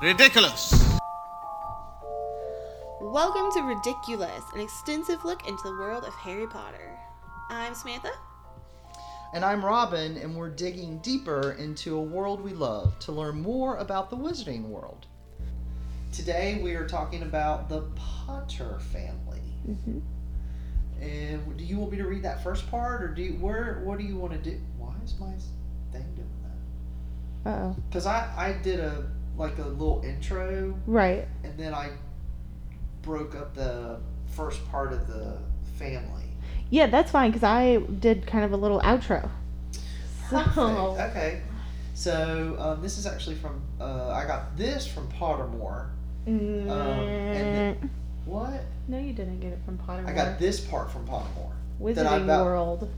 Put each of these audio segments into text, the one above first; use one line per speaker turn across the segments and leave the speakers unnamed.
Ridiculous.
Welcome to Ridiculous, an extensive look into the world of Harry Potter. I'm Samantha.
And I'm Robin, and we're digging deeper into a world we love to learn more about the Wizarding World. Today we are talking about the Potter family.
Mhm.
And do you want me to read that first part, or do you, where? What do you want to do? Why is my thing doing that?
Oh,
Because I I did a like a little intro,
right.
and then I broke up the first part of the family.
Yeah, that's fine because I did kind of a little outro. Oh.
Perfect.
So,
Okay. So um, this is actually from uh, I got this from Pottermore. and What?
Mm. no, you didn't get it from Pottermore.
I got this part from Pottermore. that I
Wizarding
got-
World.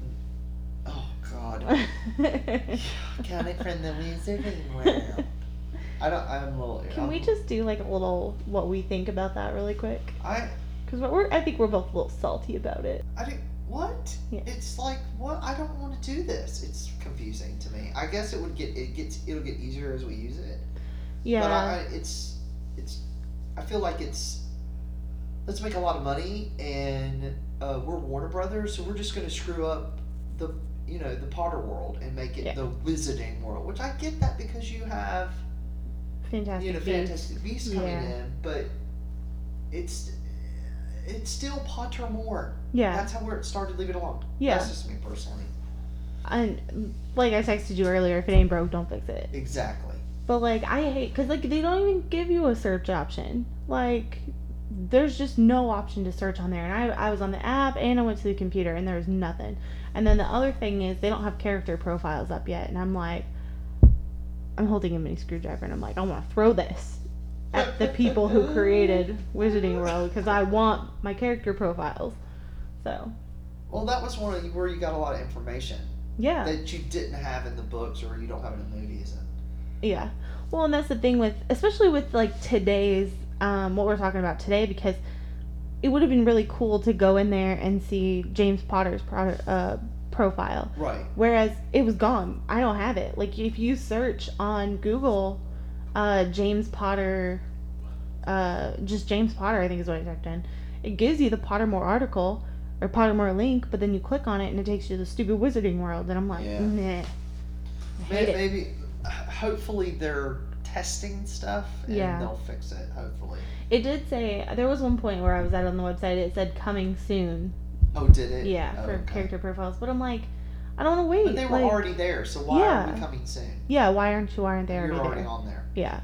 Oh God. Got it from the Wizarding World. I don't. I'm a little.
Can we
I'm-
just do like a little what we think about that really quick?
I.
Because we're, I think we're both a little salty about it.
I do. What?
Yeah.
It's like what? I don't want to do this. It's confusing to me. I guess it would get. It gets. It'll get easier as we use it.
Yeah.
But I, I, it's, it's, I feel like it's, let's make a lot of money, and uh, we're Warner Brothers, so we're just gonna screw up the, you know, the Potter world and make it
Yeah.
the Wizarding world. Which I get that because you have,
Fantastic.
you know,
Beasts.
Fantastic Beasts coming
Yeah.
in, but it's, it's still Pottermore.
Yeah.
That's how where it started. Leave it alone.
Yeah.
That's just me personally.
And like I texted you earlier, if it ain't broke, don't fix it.
Exactly.
But like I hate because like they don't even give you a search option. Like there's just no option to search on there. And I I was on the app and I went to the computer and there was nothing. And then the other thing is they don't have character profiles up yet. And I'm like, I'm holding a mini screwdriver and I'm like, I want to throw this at the people who created Wizarding World because I want my character profiles. So
Well, that was one of you- where you got a lot of information.
yeah.
that you didn't have in the books or you don't have in the movies. And
Yeah. Well, and that's the thing with, especially with like today's, um, what we're talking about today, because it would have been really cool to go in there and see James Potter's pro- uh, profile.
right.
Whereas it was gone. I don't have it. Like, if you search on Google, uh, James Potter, uh, just James Potter, I think is what I typed in, it gives you the Pottermore article or Pottermore link, but then you click on it and it takes you to the stupid Wizarding World. And I'm like,
Yeah.
nah. I hate
Maybe,
it.
maybe uh, hopefully they're testing stuff and
Yeah.
they'll fix it. Hopefully.
It did say there was one point where I was at on the website. It said coming soon.
Oh, did it?
Yeah,
Oh,
for
okay.
character profiles. But I'm like, I don't want to wait.
But they were
like-
already there, so why are
Yeah.
we coming soon?
Yeah, why aren't you? Why aren't they
You're
already
already
there?
on there.
Yeah.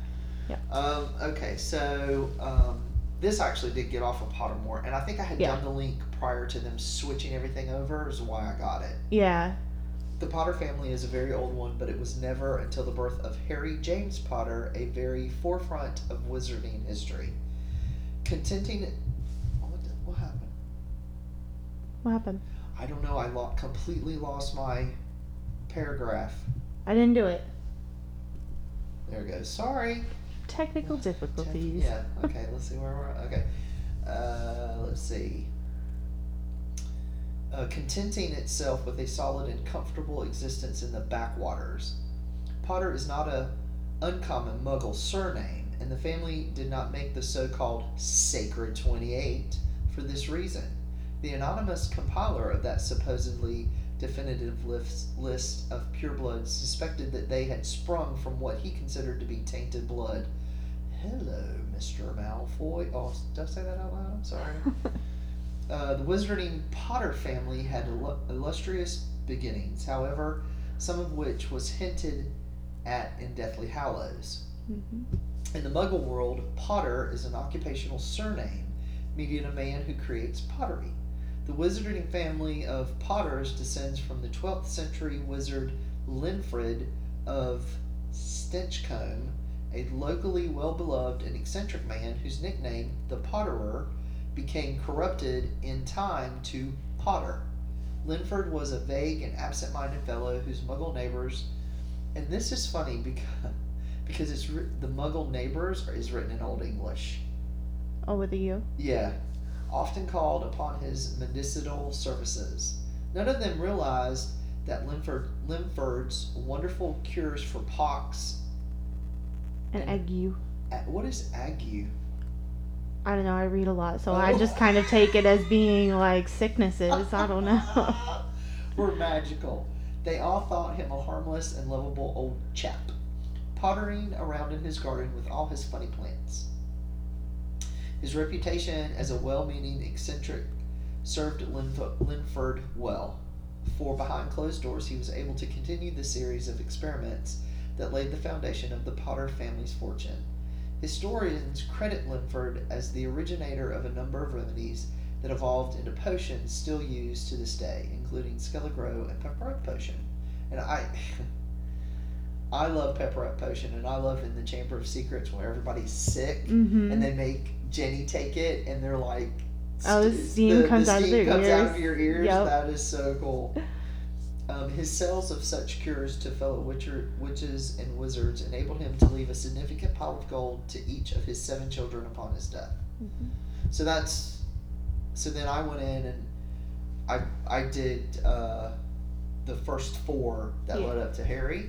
Um, okay, so um, this actually did get off of Pottermore, and I think I had
Yeah.
done the link prior to them switching everything over, is why I got it.
Yeah.
The Potter family is a very old one, but it was never until the birth of Harry James Potter a very forefront of wizarding history. Contenting. What, the- what happened?
What happened?
I don't know. I lo- completely lost my paragraph.
I didn't do it.
There it goes. Sorry.
Technical difficulties.
Yeah. Okay. Let's see where we're. at. Okay. Uh, let's see. Uh, contenting itself with a solid and comfortable existence in the backwaters, Potter is not a uncommon Muggle surname, and the family did not make the so-called sacred twenty-eight for this reason. The anonymous compiler of that supposedly definitive list, list of purebloods suspected that they had sprung from what he considered to be tainted blood Hello, Mr. Malfoy. Oh, did I say that out loud? I'm sorry. uh, the Wizarding Potter family had illu- illustrious beginnings, however, some of which was hinted at in Deathly Hallows.
Mhm.
In the Muggle world, Potter is an occupational surname, meaning a man who creates pottery. The wizarding family of Potters descends from the 12th century wizard Linfrid of Stinchcombe, a locally well beloved and eccentric man whose nickname, the Potterer, became corrupted in time to Potter. Linford was a vague and absent minded fellow whose muggle neighbors, and this is funny because because it's wri- the Muggle neighbors is written in Old English.
Oh, with a U.
Yeah, often called upon his medicinal services. None of them realized that Linford, Linford's wonderful cures for pox
An egg U.
A- What is ague?
I don't know. I read a lot, so
Oh.
I just kind of take it as being like sicknesses. I don't know.
We're magical. They all thought him a harmless and lovable old chap, pottering around in his garden with all his funny plants. His reputation as a well meaning eccentric served Linf- Linford well, for behind closed doors he was able to continue the series of experiments that laid the foundation of the Potter family's fortune. Historians credit Linford as the originator of a number of remedies that evolved into potions still used to this day, including Skelligrow and Pepperut Potion. And I, I love Pepperut Potion, and I love in the Chamber of Secrets where everybody's sick
Mm-hmm.
and they make Jenny take it, and they're like,
Oh, the
st-
steam comes out of their
comes out of
ears.
your ears.
Yep.
That is so cool. Um, his sales of such cures to fellow witcher, witches and wizards enabled him to leave a significant pile of gold to each of his seven children upon his death.
Mhm.
So that's so then I went in and I I did uh, the first four that
Yeah.
led up to Harry.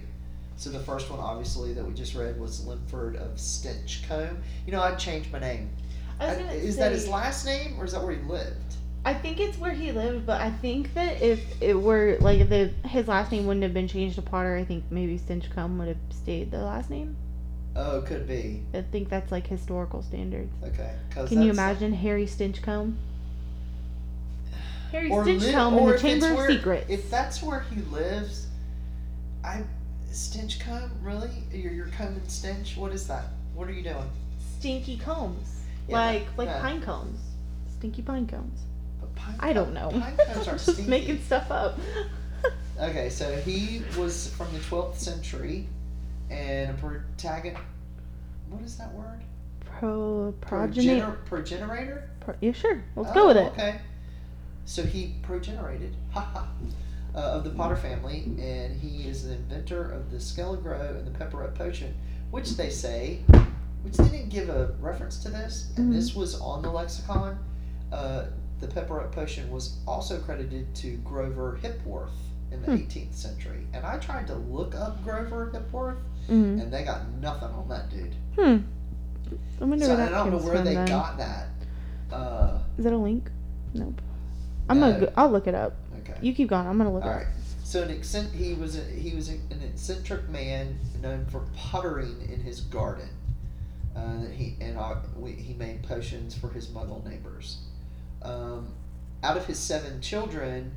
So the first one obviously that we just read was Linford of Stinchcombe. You know, I changed my name.
I was
I-
gonna
is that his
say-
last name or is that where he lived?
I think it's where he lived, but I think that if it were like if the his last name wouldn't have been changed to Potter, I think maybe Stinchcombe would have stayed the last name.
Oh, could be.
I think that's like historical standards.
Okay. 'cause
Can you
that's-
imagine Harry Stinchcombe? Harry
Or li-
Stinchcombe
or
in
if
the
it's
Chamber of
where-
Secrets.
If that's where he lives, I Stinchcombe really? You're you're combing stench? What is that? What are you doing?
Stinky combs,
Yeah,
like like
that-
pine cones, stinky pine cones.
But pine
I don't know.
cone- Pine cones are
I'm just
stinky.
making stuff up.
Okay, so he was from the 12th century, and a protagon. What is that word?
Pro progeny.
Progener- progenerator.
Pro, yeah, sure. Let's
Oh,
go with it.
Okay. So he progenerated, haha, uh, of the Potter family, and he is the inventor of the Skelligrow and the Pepperut potion, which they say, which they didn't give a reference to this, and
Mhm.
this was on the lexicon. Uh, the Pepperut potion was also credited to Grover Hipworth in the
Hmm.
18th century, and I tried to look up Grover Hipworth,
Mm.
and they got nothing on that dude.
Hmm. I wonder
So
where
I
that
don't know
comes
where
from.
they
then.
got that. Uh,
Is that a link? Nope. I'm gonna.
No.
Go, I'll look it up.
okay.
You keep going. I'm gonna look
All
it
right. So an eccent- he was a, he was an eccentric man known for pottering in his garden. Uh, that he and uh, we, he made potions for his Muggle neighbors. Um, out of his seven children,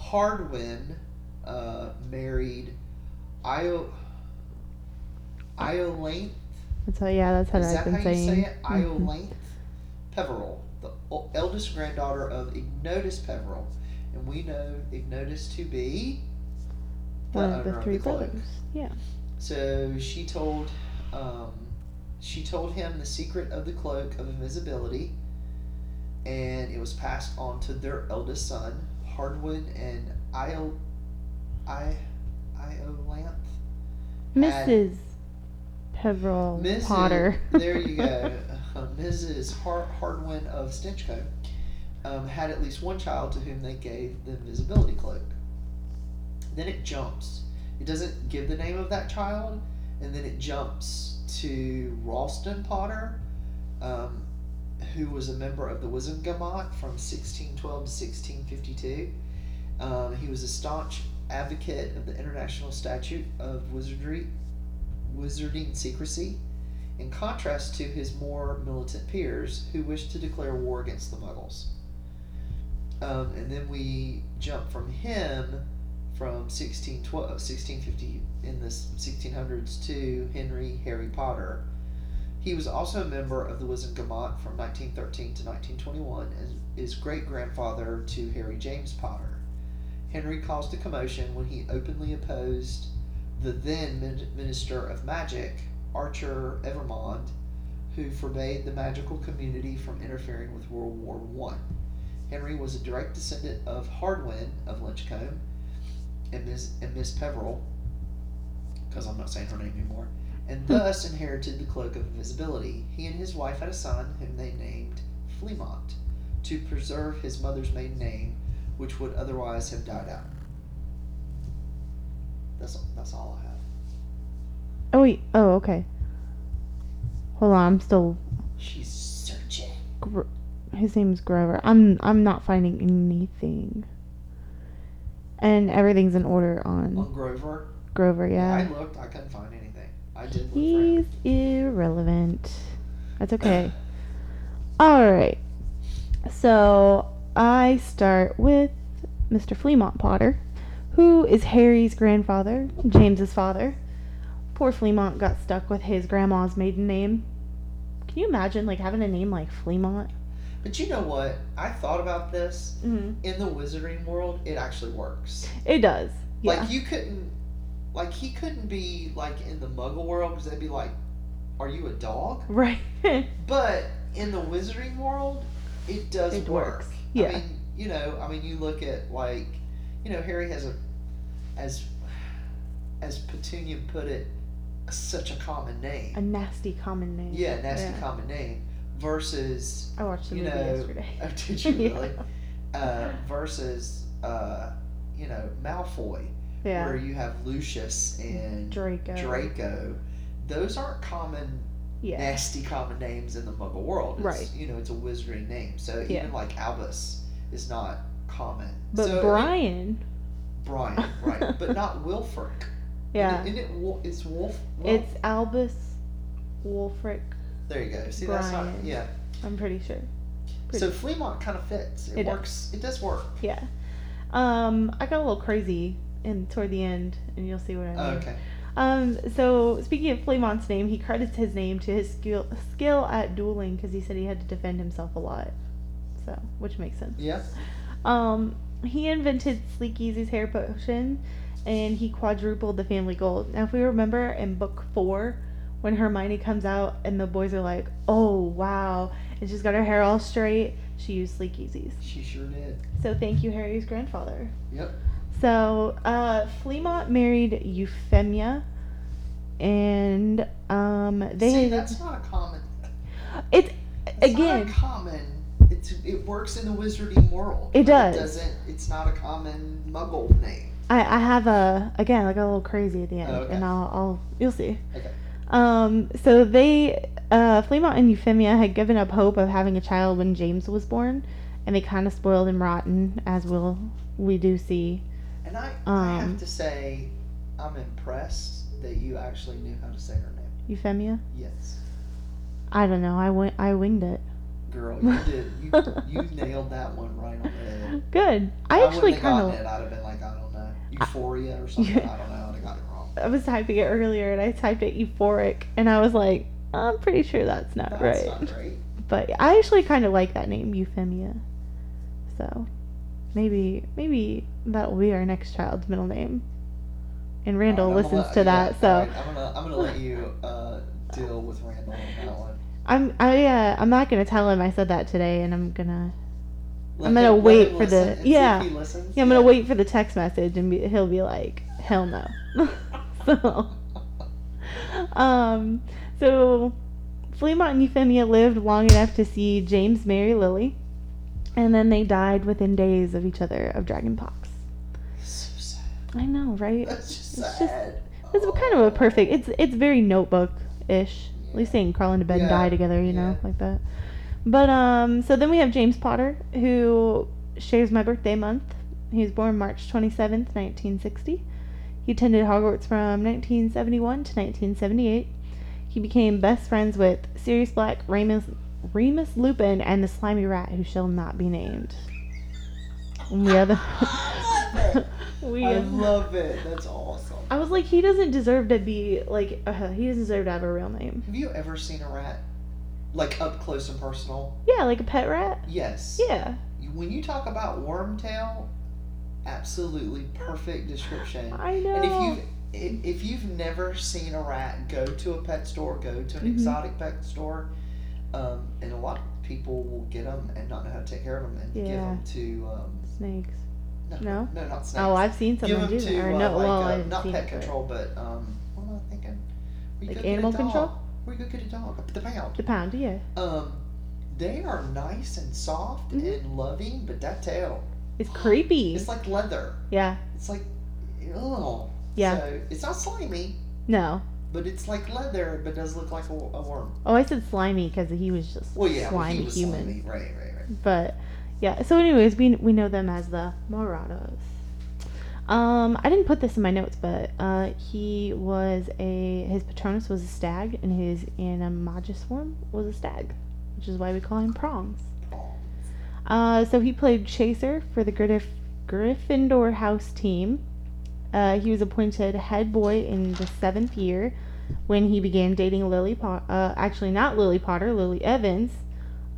Hardwin uh, married Io Iolanthe.
up. That's how. Yeah, that's how
Is
I've
that
been
how you
saying.
say it?
Mhm.
Iolanthe Peveril, the o- eldest granddaughter of Ignotus Peveril, and we know Ignotus to be the
One of
owner
the three
cloak.
brothers. Yeah.
So she told, um, she told him the secret of the cloak of invisibility, and it was passed on to their eldest son, Hardwin and Iol, I, Iolanthe.
Mrs. Peveril
Mrs.
Potter.
there you go. Uh, Mrs. Har- Hardwin of Stinchco um, had at least one child to whom they gave the invisibility cloak. Then it jumps. It doesn't give the name of that child, and then it jumps to Ralston Potter, um, who was a member of the Wizengamot from 1612 to 1652. Um, he was a staunch advocate of the International Statute of Wizardry, Wizarding Secrecy, in contrast to his more militant peers who wished to declare war against the Muggles. Um, and then we jump from him from 1612, 1650 in the 1600s to Henry Harry Potter. He was also a member of the Wizengamot from 1913 to 1921 and is great grandfather to Harry James Potter. Henry caused a commotion when he openly opposed the then min- Minister of Magic, Archer Evermond, who forbade the magical community from interfering with World War One. Henry was a direct descendant of Hardwin of Lynchcombe and Miss, and Miss Peveril, because I'm not saying her name anymore, and thus inherited the cloak of invisibility. He and his wife had a son whom they named Fleamont to preserve his mother's maiden name, which would otherwise have died out. That's, that's all I have.
oh wait. Oh okay. Hold on, I'm still.
She's searching.
Gro- His name's Grover. I'm I'm not finding anything. And everything's in order on
On Grover.
Grover. Mm. Yeah.
Oh, I looked. I couldn't find anything. I did look for him.
He's irrelevant. That's okay. All right. So I start with Mr. Fleamont Potter, who is Harry's grandfather, James's father. Poor Fleamont got stuck with his grandma's maiden name. Can you imagine like having a name like Fleamont?
But you know what? I thought about this.
Mm-hmm.
In the wizarding world, it actually works.
It does. Yeah.
Like you couldn't, like he couldn't be like in the Muggle world because they'd be like, "Are you a dog?"
right.
But in the wizarding world, it does
It
work.
works. Yeah.
I mean, you know, I mean, you look at like, you know, Harry has a, as, as Petunia put it, such a common name.
a nasty common name.
yeah, nasty
Yeah.
common name. Versus,
I watched the
You
movie
know,
yesterday.
oh, did you
Yeah.
really? Uh, versus, uh, you know, Malfoy,
Yeah.
where you have Lucius and
Draco.
Draco. Those aren't common
Yeah.
nasty common names in the Muggle world. It's,
Right.
You know, it's a wizarding name. So
Yeah.
even like Albus is not common.
But
so,
Brian.
Brian, right? But not Wilfric.
Yeah.
Isn't it, Wol- it's Wolf. Wel-
It's Albus Wolfric,
there you go. See, that's not.
Brian.
Yeah.
I'm pretty sure.
So Fleamont kind of fits. It,
It does.
works. It does work.
Yeah. Um, I got a little crazy in toward the end, and you'll see what I mean.
Oh, okay.
Um, so speaking of Flamont's name, he credits his name to his skill skill at dueling because he said he had to defend himself a lot. So, which makes sense.
Yeah.
Um, he invented Sleek Easy's hair potion, and he quadrupled the family goal. Now, if we remember in book four, when Hermione comes out and the boys are like, "Oh wow," and she's got her hair all straight, she used Sleek Easy's.
She sure did.
So thank you, Harry's grandfather.
Yep.
So uh, Fleamont married Euphemia, and um, they
See, that's not a common.
it's
It's
again
Not a common. It's, it works in the wizarding world.
It
but
does.
It doesn't. It's not a common Muggle name.
I, I have a again like a little crazy at the end,
Oh, okay.
and I'll, I'll you'll see.
Okay.
Um, so they uh, Fleamont and Euphemia had given up hope of having a child when James was born, and they kind of spoiled him rotten, as will we do see.
And I, I
Um,
have to say, I'm impressed that you actually knew how to say her name.
Euphemia,
Yes,
I don't know, I went I winged it.
girl, you did. You, you nailed that one right on the head.
Good. I,
wouldn't
actually
have
kind
gotten it.
of
I'd have been like, I don't know, euphoria or something. I don't know. I'd have got it wrong.
I was typing it earlier, and I typed it euphoric, and I was like, I'm pretty sure that's not
That's
right.
not right.
But I actually kind of like that name, Euphemia. So maybe maybe that will be our next child's middle name. And Randall
Alright, I'm gonna
listens
let-
to
yeah,
that, so
alright, I'm gonna I'm gonna let you uh, deal with Randall on that one.
I'm I uh, I'm not gonna tell him I said that today, and I'm gonna
Let
I'm gonna
him- let
wait
him
for the-
listen and see if
yeah.
he listens.
yeah, I'm gonna wait for the text message, and be, he'll be like, hell no. so. um, so Fleamont and Euphemia lived long enough to see James marry Lily, and then they died within days of each other of dragonpox.
So sad.
I know, right?
That's just
It's just-
sad.
It's kind of a
Oh.
perfect. It's it's very notebook ish. At least they can crawl into bed and
Yeah.
die together, you know,
Yeah.
like that. But um, so then we have James Potter, who shares my birthday month. He was born March twenty seventh, nineteen sixty. He attended Hogwarts from nineteen seventy one to nineteen seventy eight. He became best friends with Sirius Black, Remus, Remus Lupin, and the slimy rat who shall not be named. And we other,
I love it.
we
I
have-
love it. That's awesome.
I was like, he doesn't deserve to be like uh, he doesn't deserve to have a real name.
Have you ever seen a rat? Like up close and personal?
Yeah, like a pet rat.
Yes.
Yeah,
When you talk about wormtail, absolutely perfect description.
I know.
And if you've if if you've never seen a rat, go to a pet store, go to an
Mhm.
exotic pet store, um, and a lot of people will get them and not know how to take care of them and give 'em give them to um,
snakes.
no,
No?
no, not snakes.
Oh, I've seen
give
someone
them
do
to
that. Or
uh, like
no, well,
uh,
I haven't
not
seen
pet
it, but-
control, but um, what am I thinking? We
Like
go get a
animal control?
dog. We go get a dog. The pound.
The pound, yeah.
Um, they are nice and soft
Mhm.
and loving, but that tail,
It's creepy.
it's like leather.
yeah,
It's like, oh.
yeah.
So it's not slimy.
no,
But it's like leather, but does look like a, a worm.
Oh, I said slimy because he was just
Well, yeah, well,
slimy
he was
human.
slimy. Right, right, right.
But yeah, so anyways, we we know them as the Morados. Um, I didn't put this in my notes, but uh, he was a his patronus was a stag, and his animagus worm was a stag, which is why we call him prongs.
Oh.
Uh, so he played chaser for the Griff- Gryffindor house team. Uh, he was appointed head boy in the seventh year when he began dating Lily Potter. Uh, actually, not Lily Potter, Lily Evans,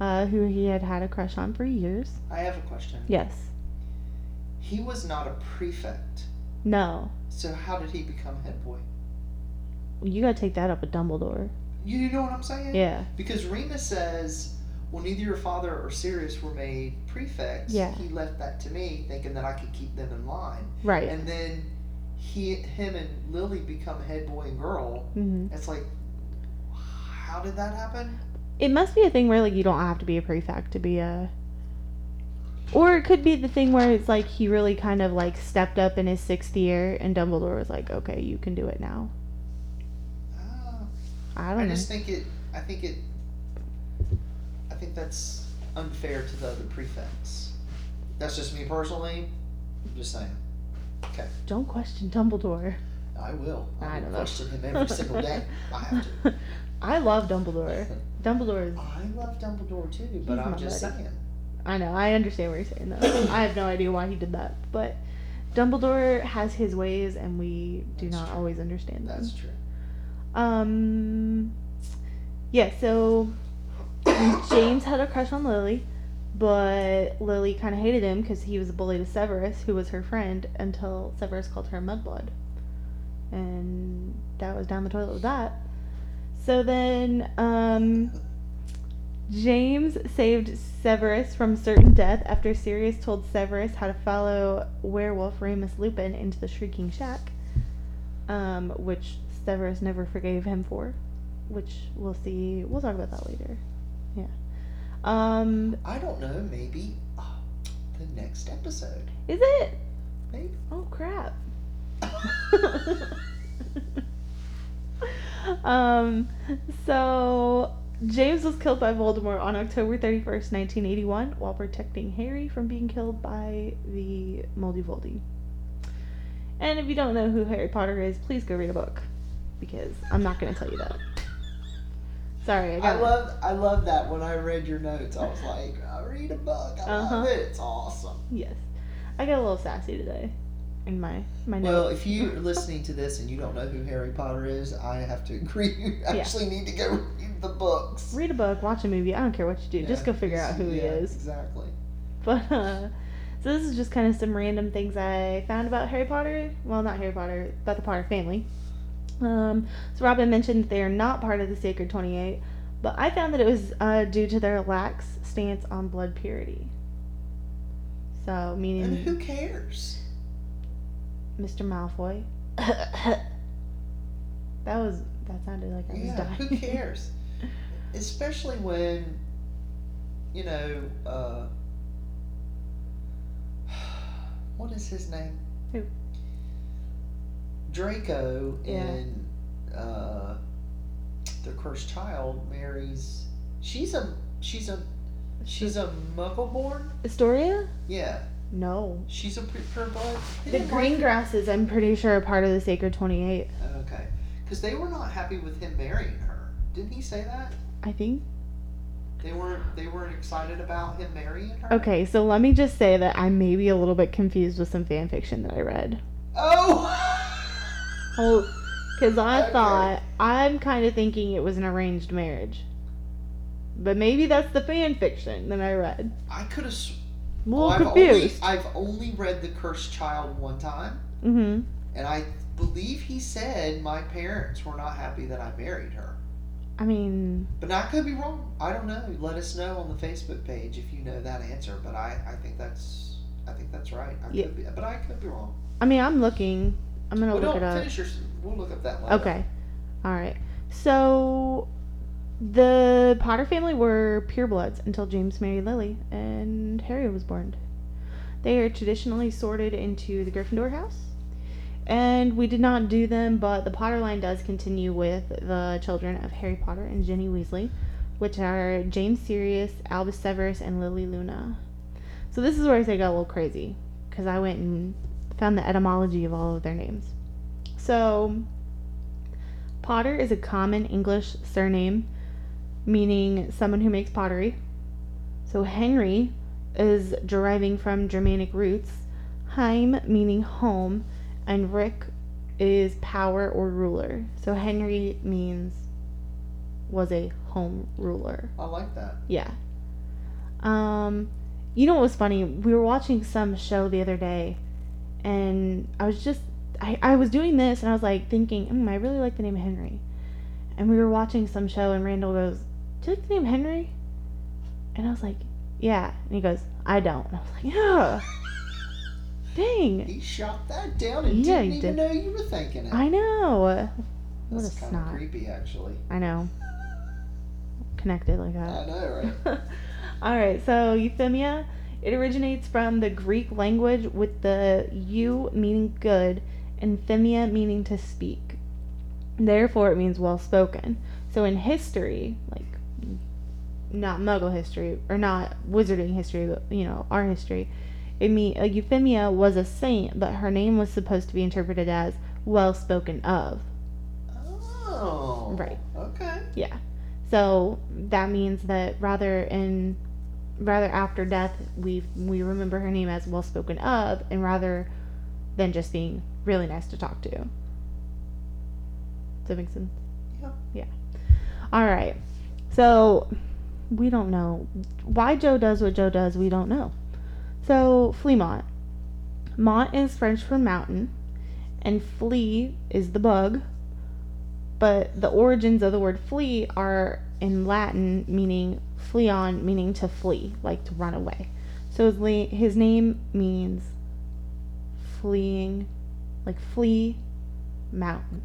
uh, who he had had a crush on for years.
I have a question.
Yes.
He was not a prefect,
No.
so how did he become head boy?
You gotta take that up with Dumbledore.
You know what I'm saying?
Yeah.
Because Rima says, well, neither your father or Sirius were made prefects.
Yeah.
He left that to me, thinking that I could keep them in line.
Right.
And then he, him and Lily become head boy and girl.
hmm
It's like, how did that happen?
It must be a thing where like you don't have to be a prefect to be a. Or it could be the thing where it's like he really kind of like stepped up in his sixth year, and Dumbledore was like, "Okay, you can do it now."
Ah,
I
I,
don't know.
just think it. I think it. I think that's unfair to the other prefects. That's just me personally. I'm just saying.
Don't question Dumbledore.
I will. I,
I
will
don't know.
question him every single day. I have to.
I love Dumbledore. Dumbledore is.
I love Dumbledore too, but
He's
I'm
my
just
buddy.
saying.
I know. I understand what you're saying though. I have no idea why he did that, but Dumbledore has his ways, and we do
That's
not
true.
always understand them.
That's true.
Um, yeah, so James had a crush on Lily, but Lily kind of hated him because he was a bully to Severus, who was her friend, until Severus called her mudblood. And that was down the toilet with that. So then, um, James saved Severus from certain death after Sirius told Severus how to follow werewolf Remus Lupin into the Shrieking Shack, um, which Severus never forgave him for, which we'll see. We'll talk about that later. Yeah. Um,
I don't know. Maybe uh, the next episode.
is it?
Maybe.
Oh crap. um, so James was killed by Voldemort on October 31st, 1981, while protecting Harry from being killed by the Moldy Voldy. And if you don't know who Harry Potter is, please go read a book because I'm not going to tell you that. Sorry, I
I
got
love. I love that. When I read your notes, I was like, I read a book. I love
Uh-huh.
it. It's awesome.
yes. I got a little sassy today in my my
Well,
notes.
if you're listening to this and you don't know who Harry Potter is, I have to agree. You actually need to go read the books.
Read a book, watch a movie. I don't care what you do. Just
Yeah,
go figure out who he
yeah,
is.
Exactly.
But uh, so this is just kind of some random things I found about Harry Potter. Well, not Harry Potter, about the Potter family. Um, so Robin mentioned that they are not part of the Sacred Twenty Eight, but I found that it was uh, due to their lax stance on blood purity. So
And
meaning
who cares?
Mr. Malfoy. that was that sounded like I was
Yeah,
dying.
who cares? Especially when, you know, uh, what is his name?
Who?
Draco
Yeah.
in uh, The Cursed Child marries. She's a she's a she's a Muggleborn.
Astoria?
Yeah,
No.
she's a pre- pure blood.
The green grasses, I'm pretty sure, are part of the Sacred Twenty Eight.
Oh, Okay, because they were not happy with him marrying her. Didn't he say that?
I think.
They weren't. They weren't excited about him marrying her.
Okay, so let me just say that I may be a little bit confused with some fan fiction that I read.
Oh.
Oh, because I
Okay.
thought I'm kind of thinking it was an arranged marriage, but maybe that's the fan fiction that I read.
I could have.
I'm a
Well,
little
Oh, I've
confused.
only I've only read the Cursed Child one time,
Mm-hmm.
and I believe he said my parents were not happy that I married her.
I mean,
But I could be wrong. I don't know. Let us know on the Facebook page if you know that answer. But I, I think that's I think that's right. I
Yeah.
could be, but I could be wrong.
I mean, I'm looking. I'm gonna
Well,
look
don't
it up.
finish your. We'll look up that one.
Okay. All right. So the Potter family were purebloods until James married Lily and Harry was born. They are traditionally sorted into the Gryffindor house. And we did not do them, but the Potter line does continue with the children of Harry Potter and Ginny Weasley, which are James Sirius, Albus Severus, and Lily Luna. So this is where I say I got a little crazy because I went and found the etymology of all of their names. So Potter is a common English surname meaning someone who makes pottery. So Henry is deriving from Germanic roots, Heim meaning home, and Rick is power or ruler. So Henry means was a home ruler.
I like that.
Yeah. Um, you know what was funny? We were watching some show the other day, and I was just I, I was doing this, and I was like thinking, mm, I really like the name Henry. And we were watching some show, and Randall goes, "Do you like the name Henry?" And I was like, "Yeah." And he goes, "I don't." And I was like, "Yeah." Dang.
He shot that down and
Yeah,
didn't
he
even
did.
know you were thinking it.
I know. What
That's
a
kind of
snot.
creepy, actually.
I know. Connected like that.
I know, right?
All right, so euphemia, it originates from the Greek language with the eu meaning good and phemia meaning to speak. Therefore, it means well spoken. So in history, like not muggle history or not wizarding history, but you know, our history, it mean uh, euphemia was a saint, but her name was supposed to be interpreted as well spoken of.
Oh.
Right.
Okay.
Yeah. So that means that rather in rather after death we we remember her name as well spoken of and rather than just being really nice to talk to. Does that make sense?
Yeah.
Yeah. All right. So we don't know why Joe does what Joe does, we don't know. So Fleamont. Mont is French for mountain and flea is the bug but the origins of the word flee are in Latin, meaning fleon, meaning to flee, like to run away. So his, la- his name means fleeing, like flee mountain.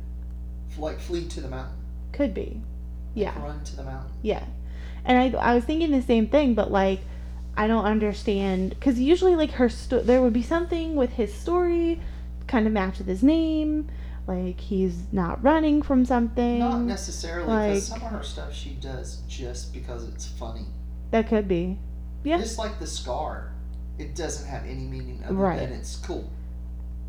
Like flee to the mountain.
Could be. Yeah.
Run to the mountain.
Yeah. And I, I was thinking the same thing, but like, I don't understand. Because usually, like, her sto- there would be something with his story kind of match with his name. Like, he's not running from something.
Not necessarily, because
like-
some of her stuff she does just because it's funny.
that could be. Yeah.
Just like the scar, it doesn't have any meaning other
Right.
than it's cool.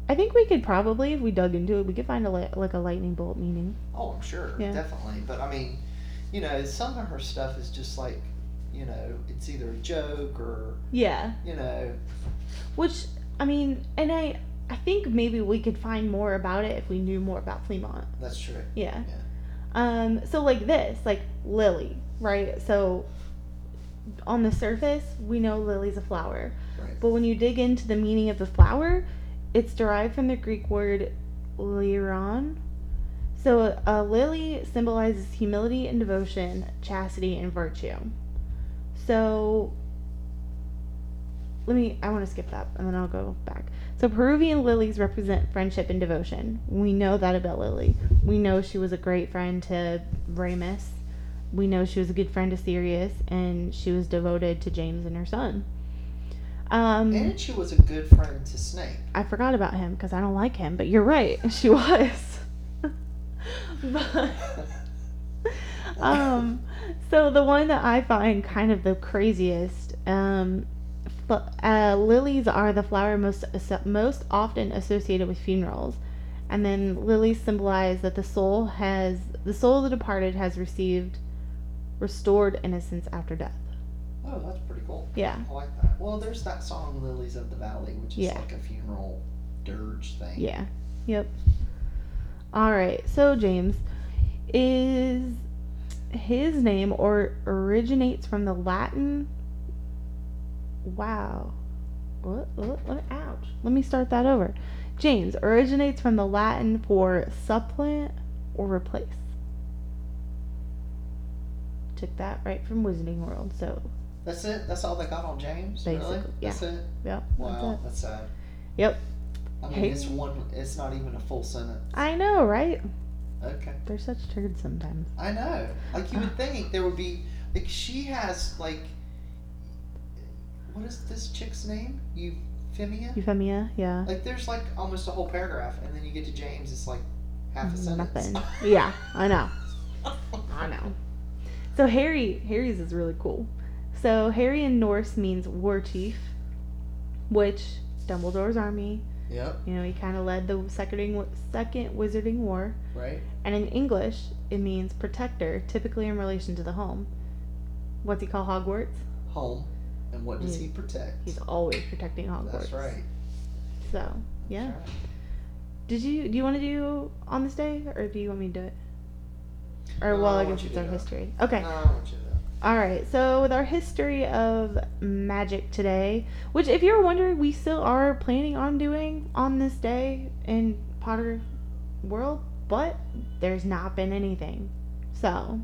I think we could probably, if we dug into it, we could find a li- like a lightning bolt meaning.
Oh, I'm sure,
Yeah.
definitely. But I mean, you know, some of her stuff is just like, you know, it's either a joke or
Yeah.
you know,
Which I mean, and I I think maybe we could find more about it if we knew more about Fremont.
that's true.
Yeah.
Yeah.
Um. So like this, like Lily, right? So on the surface, we know Lily's a flower,
Right.
but when you dig into the meaning of the flower, it's derived from the Greek word liron. So a lily symbolizes humility and devotion, chastity and virtue. So let me I want to skip that and then I'll go back. So Peruvian lilies represent friendship and devotion. We know that about Lily. We know she was a great friend to Ramus. We know she was a good friend to Sirius and she was devoted to James and her son. Um
And she was a good friend to Snape.
I forgot about him because I don't like him, but you're right. She was. but, um, so the one that I find kind of the craziest, um, fl- uh, lilies are the flower most asso- most often associated with funerals, and then lilies symbolize that the soul has the soul of the departed has received restored innocence after death.
Oh, that's pretty cool.
Yeah.
I like that. Well, there's that song Lilies of the Valley, which is
Yeah.
like a funeral dirge thing.
Yeah. Yep. All right. So James is his name or originates from the Latin. Wow. What, what, what, ouch. Let me start that over. James originates from the Latin for supplant or replace. Took that right from Wizarding World. So,
That's it? That's all they got on James? really?
Basically, yeah.
That's it?
yep. that's
Wow,
it.
that's sad.
Yep.
I mean,
Hey.
it's one. It's not even a full sentence.
I know, right?
Okay.
They're such turds sometimes.
I know. Like you would think there would be. Like she has like. What is this chick's name? You Femia?
Euphemia, yeah.
Like there's like almost a whole paragraph, and then you get to James, it's like half a sentence.
Mm, Nothing. Yeah, I know. I know. So Harry, Harry's is really cool. So Harry in Norse means war chief, which Dumbledore's army.
Yep.
You know, he kind of led the second second Wizarding War.
Right.
And in English, it means protector, typically in relation to the home. What's he call Hogwarts?
Home. And what does
He's-
he protect?
He's always protecting Hogwarts.
That's right.
So yeah.
That's right.
Did you do you want to do on this day or do you want me to do it? Or
No,
well,
I
I
want
guess
you
it's
to
our
do it.
history. Okay.
No, I want you to know.
All right, so with our history of magic today, which if you're wondering, we still are planning on doing on this day in Potter World, but there's not been anything. So,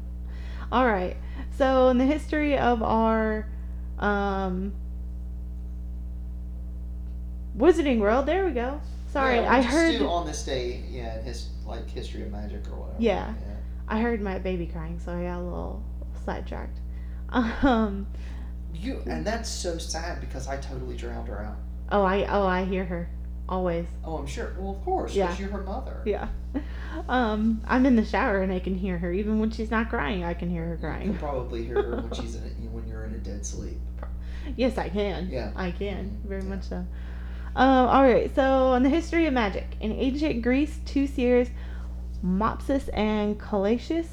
all right, so in the history of our um, Wizarding World, there we go. Sorry,
Yeah, we
I
just
heard
do on this day, yeah, in his like history of magic or whatever.
Yeah. I heard my baby crying, so I got a little sidetracked. Um,
You and that's so sad because I totally drowned her out.
oh, I oh I hear her always.
Oh, I'm sure. Well, of course, because
Yeah.
you're her mother.
Yeah. Um, I'm in the shower and I can hear her. Even when she's not crying, I can hear her
You
crying.
can probably hear her when she's in a, when you're in a dead sleep.
Yes, I can.
Yeah.
I can. Very
Yeah.
much so. Um, all right. So, on the history of magic in ancient Greece, two seers, Mopsus and Calatius,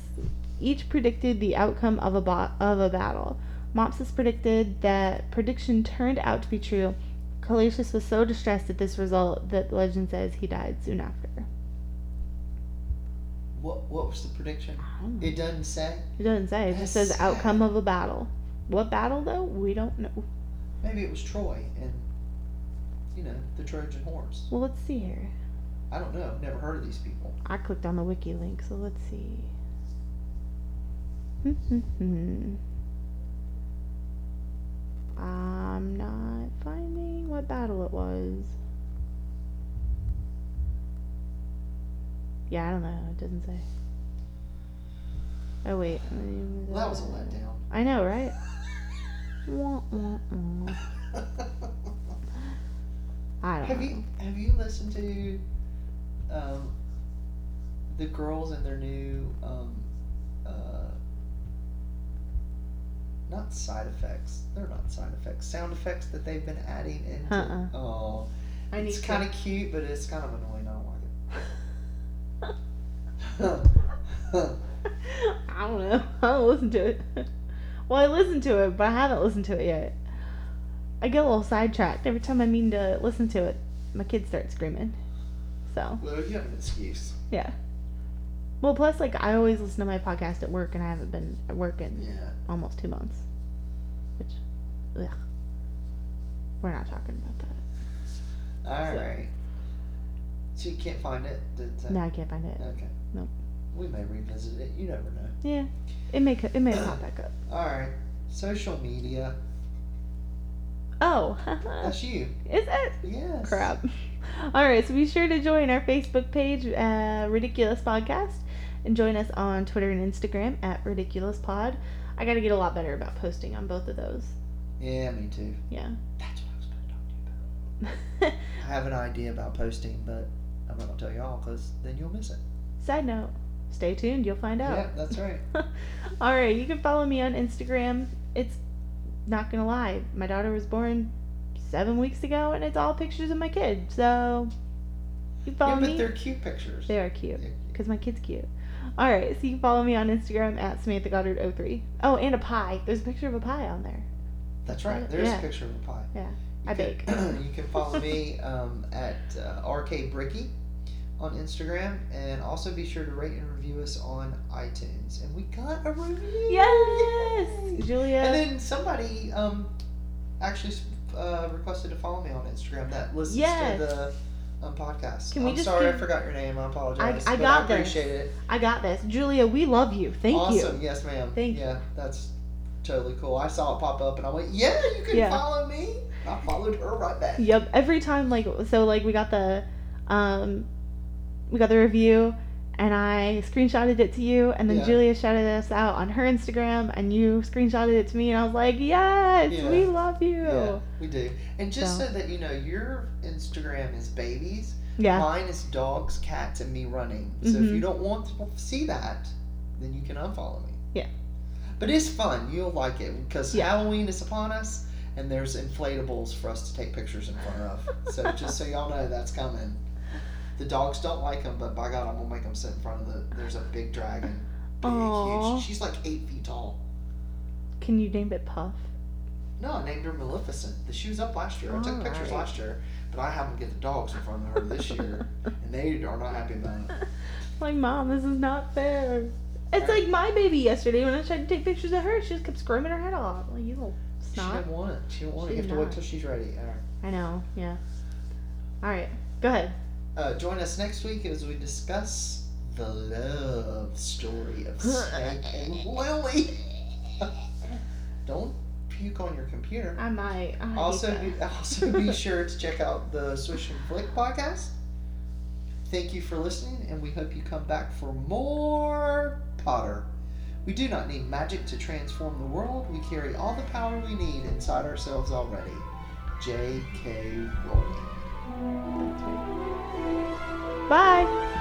each predicted the outcome of a bo- of a battle. Mopsus predicted that prediction turned out to be true. Calatius was so distressed at this result that the legend says he died soon after.
What what was the prediction?
I don't know.
It doesn't say.
It doesn't say. It just
That's
says outcome of a battle. What battle though? We don't know.
Maybe it was Troy and you know the Trojan horse.
Well, let's see here.
I don't know. I've never heard of these people.
I clicked on the wiki link, so let's see. I'm not finding what battle it was. Yeah, I don't know. It doesn't say. Oh wait.
Well, that was a letdown.
I know, right? Wah, wah, wah. I don't
have
know.
you have you listened to um, the girls and their new um, uh, not side effects? They're not side effects. Sound effects that they've been adding into.
Uh-uh.
Oh, it's kind of cute, but it's kind of annoying. I don't like it.
I don't know. I don't listen to it. Well, I listened to it, but I haven't listened to it yet. I get a little sidetracked every time I mean to listen to it. My kids start screaming. So
well, you have an excuse.
yeah. Well, plus like I always listen to my podcast at work, and I haven't been at work in
Yeah.
almost two months. Which, ugh. We're not talking about that.
All right. so. you can't find it. Did, uh,
No, I can't find it.
Okay.
Nope.
We may revisit it. You never know.
Yeah, it may co- it may pop back up.
All right. Social media.
Oh,
That's you.
is it?
Yes.
crap. All right, so be sure to join our Facebook page, uh, Ridiculous Podcast, and join us on Twitter and Instagram at Ridiculous Pod. I got to get a lot better about posting on both of those.
Yeah, me too.
Yeah.
That's what I was going to talk to you about. I have an idea about posting, but I'm not going to tell y'all because then you'll miss it.
Side note, stay tuned, you'll find out.
Yeah, that's right.
All right, you can follow me on Instagram. It's not going to lie, my daughter was born seven weeks ago, and it's all pictures of my kid. So you can follow
yeah, but
me.
they're cute pictures.
They are cute.
They're cute.
because my kid's cute. All right, so you can follow me on Instagram at Samantha Goddard 03. Oh, and a pie. There's a picture of a pie on there.
That's right. There's
Yeah.
a picture of a pie.
Yeah,
You
I
can,
bake.
you can follow me um, at uh, RK Bricky on Instagram, and also be sure to rate and review us on iTunes. And we got a review.
Yes, Julia.
And then somebody um, actually uh, requested to follow me on Instagram that listens
Yes.
to the um, podcast.
Can we
I'm
just
sorry I
give-
forgot your name. I apologize.
I- I
but
got
I
this.
appreciate it.
I got this, Julia. We love you. Thank
awesome.
you.
Yes, ma'am.
Thank you.
yeah, that's totally cool. I saw it pop up and I went, yeah, you can
Yeah.
follow me. And I followed her right back.
Yep. Every time, like, so, like, we got the, um, we got the review, and I screenshotted it to you, and then
Yeah.
Julia shouted us out on her Instagram, and you screenshotted it to me, and I was like, yes,
Yeah.
we love you.
Yeah, we do. And just
So.
so that you know, your Instagram is babies,
Yeah.
mine is dogs, cats, and me running. So if
Mhm.
you don't want to see that, then you can unfollow me.
Yeah.
But it's fun. You'll like it because
Yeah.
Halloween is upon us, and there's inflatables for us to take pictures in front of. so just so y'all know, that's coming. The dogs don't like them, but by God, I'm gonna make them sit in front of the. There's a big dragon. Big,
Aw.
huge. She's like eight feet tall.
Can you name it Puff?
No, I named her Maleficent. The shoe was up last year. I took pictures
Alright.
last year, but I happened to get the dogs in front of her this year, and they are not happy about it.
Like, mom, this is not fair. It's
Right.
like my baby yesterday when I tried to take pictures of her, she just kept screaming her head off. Like, you little
She
snot.
didn't want it. She didn't want it.
She
You have
did
to wait
not.
till she's ready. All right.
I know, yeah. All right, go ahead.
Uh, join us next week as we discuss the love story of Snake and Lily. Don't puke on your computer.
I might. Oh, I hate
Also,
that.
be, also be sure to check out the Swish and Flick podcast. Thank you for listening, and we hope you come back for more Potter. We do not need magic to transform the world. We carry all the power we need inside ourselves already. J.K. Rowling.
Bye.